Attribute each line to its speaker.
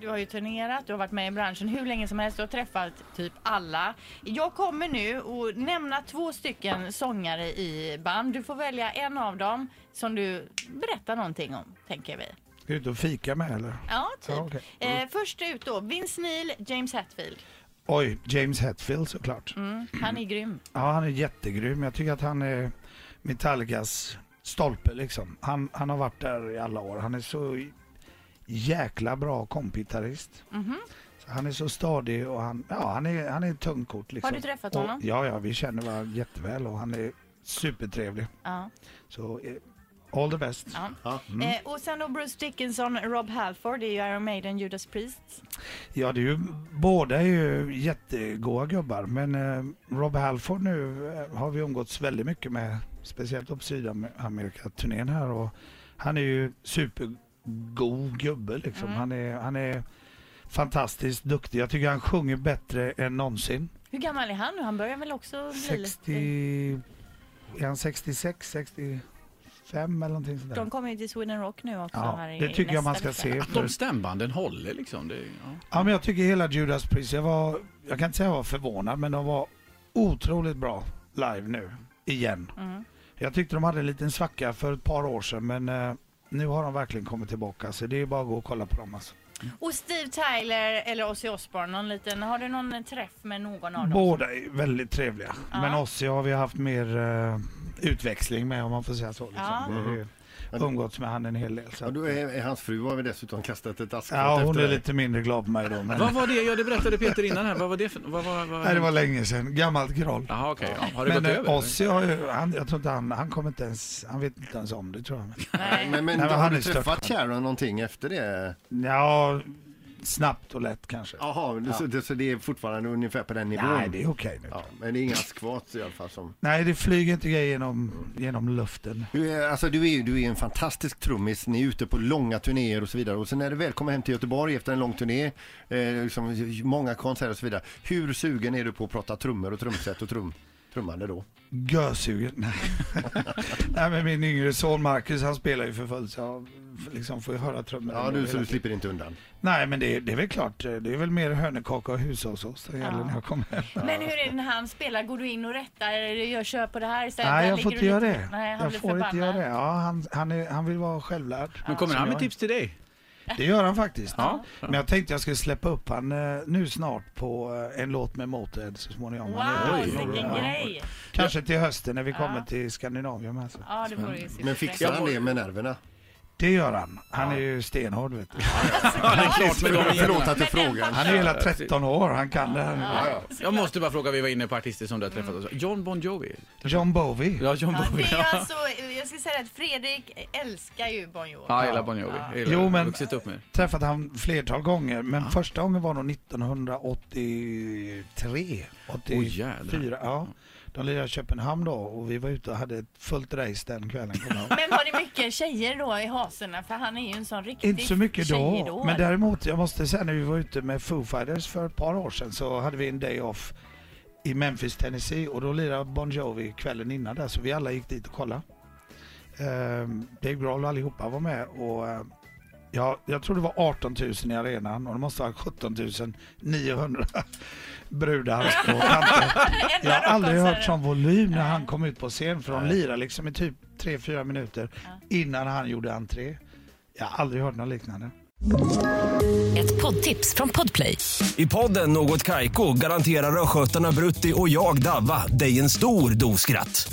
Speaker 1: Du har ju turnerat, du har varit med i branschen hur länge som helst, du har träffat typ alla. Jag kommer nu att nämna två stycken sångare i band. Du får välja en av dem som du berättar någonting om, tänker vi.
Speaker 2: Ska du ut och fika med eller?
Speaker 1: Ja, typ.
Speaker 2: Ja, okej.
Speaker 1: eh, först ut då, Vince Neil, James Hetfield.
Speaker 2: Oj, James Hetfield såklart.
Speaker 1: Mm, han är grym.
Speaker 2: Ja, han är jättegrym. Jag tycker att han är Metallicas stolpe liksom. Han, han har varit där i alla år. Han är så jäkla bra kompgitarrist.
Speaker 1: Mm-hmm.
Speaker 2: Så Han är så stadig och han, ja, han, är, han är ett tungkort. Liksom.
Speaker 1: Har du träffat
Speaker 2: och,
Speaker 1: honom?
Speaker 2: Ja, ja, vi känner varandra jätteväl och han är supertrevlig.
Speaker 1: Ja.
Speaker 2: Så eh, all the best.
Speaker 1: Ja.
Speaker 2: Mm.
Speaker 1: Eh, och sen då Bruce Dickinson, Rob Halford, det är ju Iron Maiden, Judas Priest.
Speaker 2: Ja, det är ju, båda är ju jättegoa gubbar, men eh, Rob Halford nu eh, har vi umgåtts väldigt mycket med, speciellt på Sydamerika-turnén här och han är ju supergod gubbe liksom.
Speaker 1: Mm.
Speaker 2: Han, är, han är fantastiskt duktig. Jag tycker han sjunger bättre än någonsin.
Speaker 1: Hur gammal är han nu? Han börjar väl också bli lite...
Speaker 2: 60... Är han 66, 65 eller någonting sånt där?
Speaker 1: De kommer ju till Sweden Rock nu också.
Speaker 2: Ja,
Speaker 1: här i
Speaker 2: det tycker jag man
Speaker 1: nästa
Speaker 2: ska
Speaker 1: vecka.
Speaker 2: se.
Speaker 3: Att de stämbanden håller liksom. Det, ja.
Speaker 2: Ja, men jag tycker hela Judas Priest, jag var, jag kan inte säga jag var förvånad, men de var otroligt bra live nu, igen. Jag tyckte de hade en liten svacka för ett par år sedan, men eh, nu har de verkligen kommit tillbaka, så det är bara att gå och kolla på dem alltså.
Speaker 1: Och Steve Tyler eller Ozzy Osbourne, någon liten, har du någon eh, träff med någon av dem?
Speaker 2: Båda är väldigt trevliga, men Ozzy har vi haft mer eh, utväxling med om man får säga så. Liksom.
Speaker 1: Ja.
Speaker 2: Vi har ju umgåtts med han en hel del. Så
Speaker 4: Mm-hmm. Ja,
Speaker 2: att,
Speaker 4: då är, är hans fru har vi dessutom kastat ett askskott
Speaker 2: ja, hon
Speaker 4: efter
Speaker 2: är
Speaker 4: dig.
Speaker 2: lite mindre glad på mig då, men
Speaker 3: Vad var det? Ja, det berättade Peter innan här. Vad var det för... Vad var, vad...
Speaker 2: Nej, det var länge sedan. Gammalt groll.
Speaker 3: Jaha, okej. Ja. Har det
Speaker 2: Men
Speaker 3: gått
Speaker 2: eh,
Speaker 3: över?
Speaker 2: Ozzy har ju, han, jag tror inte han, han kommer inte ens, han vet inte ens om det tror jag.
Speaker 1: Nej.
Speaker 4: Men, men,
Speaker 2: Nej, men
Speaker 4: har
Speaker 2: han
Speaker 4: du
Speaker 2: är
Speaker 4: träffat
Speaker 2: stört.
Speaker 4: Sharon någonting efter det?
Speaker 2: Ja, snabbt och lätt kanske.
Speaker 4: Jaha, det- så, det, så det är fortfarande ungefär på den nivån?
Speaker 2: Nej, det är okej nu.
Speaker 4: ja, men det är inga askskott i alla fall. Som...
Speaker 2: Nej, det flyger inte grejer genom, genom luften.
Speaker 4: Du, är, alltså, du, är, ju- du är en fantastisk trummis, ni är ute på långa turnéer och så vidare och sen när du väl kommer hem till Göteborg efter en lång turné, eh, liksom, många konserter och så vidare, hur sugen är du på att prata trummor och trumset och trum, trummande då?
Speaker 2: Görsugen? Nej. Nej, men min yngre son Marcus, han spelar ju för fullt så jag liksom får ju höra trummor.
Speaker 4: Ja, du, så du slipper inte undan.
Speaker 2: Nej, men det, det är väl klart. eh, Det är väl mer hönökaka och hushållsås det gäller när jag kommer hem.
Speaker 1: Men hur är det när han spelar? Går du in och rättar? Eller gör köp på det här istället?
Speaker 2: Nej,
Speaker 1: Där
Speaker 2: jag
Speaker 1: ligger
Speaker 2: får
Speaker 1: du
Speaker 2: inte göra
Speaker 1: lite-
Speaker 2: det.
Speaker 1: Nej, han
Speaker 2: jag
Speaker 1: blir
Speaker 2: får inte göra
Speaker 1: förbannad.
Speaker 2: det. Ja, han, han, är, han vill vara självlärd.
Speaker 3: Men kommer
Speaker 2: Som
Speaker 3: han
Speaker 2: jag
Speaker 3: med
Speaker 2: är.
Speaker 3: tips till dig?
Speaker 2: Det gör han faktiskt.
Speaker 3: Ja.
Speaker 2: Men jag tänkte jag skulle släppa upp han eh, nu snart på eh, en låt med Motörhead så småningom. Han är-
Speaker 1: Wow,
Speaker 3: Oj,
Speaker 1: vilken
Speaker 3: oj, oj.
Speaker 1: grej!
Speaker 2: Kanske till hösten när vi kommer till Skandinavien. Alltså.
Speaker 1: Ja, det vore ju superfett.
Speaker 4: Men fixar han det med nerverna?
Speaker 2: Det gör han. Han är ju stenhård vet du.
Speaker 3: Ja, det är klart med de
Speaker 4: Förlåt att jag
Speaker 1: Men den
Speaker 4: frågar.
Speaker 2: Han är ju hela 13 år, han kan det här nu.
Speaker 3: Jag måste bara fråga, vi var inne på artister som du har träffat. också. John Bon Jovi?
Speaker 2: John Bowie.
Speaker 3: Mm. Ja, John
Speaker 1: Ja,
Speaker 3: Bon
Speaker 1: det
Speaker 3: Jovi.
Speaker 1: är
Speaker 3: Ja,
Speaker 1: alltså, jag ska säga att Fredrik älskar ju Bon Jovi.
Speaker 3: jag gillar Bon Jovi. Jag gillar
Speaker 2: Jo,
Speaker 3: det.
Speaker 2: men-
Speaker 3: Vuxit upp med.
Speaker 2: Träffat han flertal gånger men första gången var nog 1983, 84.
Speaker 3: Åh, jädrar.
Speaker 2: ja. De lirade i Köpenhamn då och vi var ute och hade ett fullt race den kvällen. kommer jag ihåg.
Speaker 1: Men var det mycket tjejer då i haserna? För han är ju en sån riktig
Speaker 2: Inte så mycket då,
Speaker 1: tjejidol.
Speaker 2: men däremot, jag måste säga när vi var ute med Foo Fighters för ett par år sedan så hade vi en day off i Memphis, Tennessee och då lirade Bon Jovi kvällen innan där så vi alla gick dit och kollade. Ehm, Dave Grohl och allihopa var med och eh, ja, jag tror det var 18 000 i arenan och det måste ha varit 17 900 brudar och tanter. Jag har aldrig hört sån volym när han kom ut på scen för de lirade liksom i typ 3-4 minuter innan han gjorde entré. Jag har aldrig hört något liknande.
Speaker 5: Ett poddtips från Podplay.
Speaker 6: I podden Något Kaiko garanterar östgötarna Brutti och jag, Davva, dig en stor dos skratt.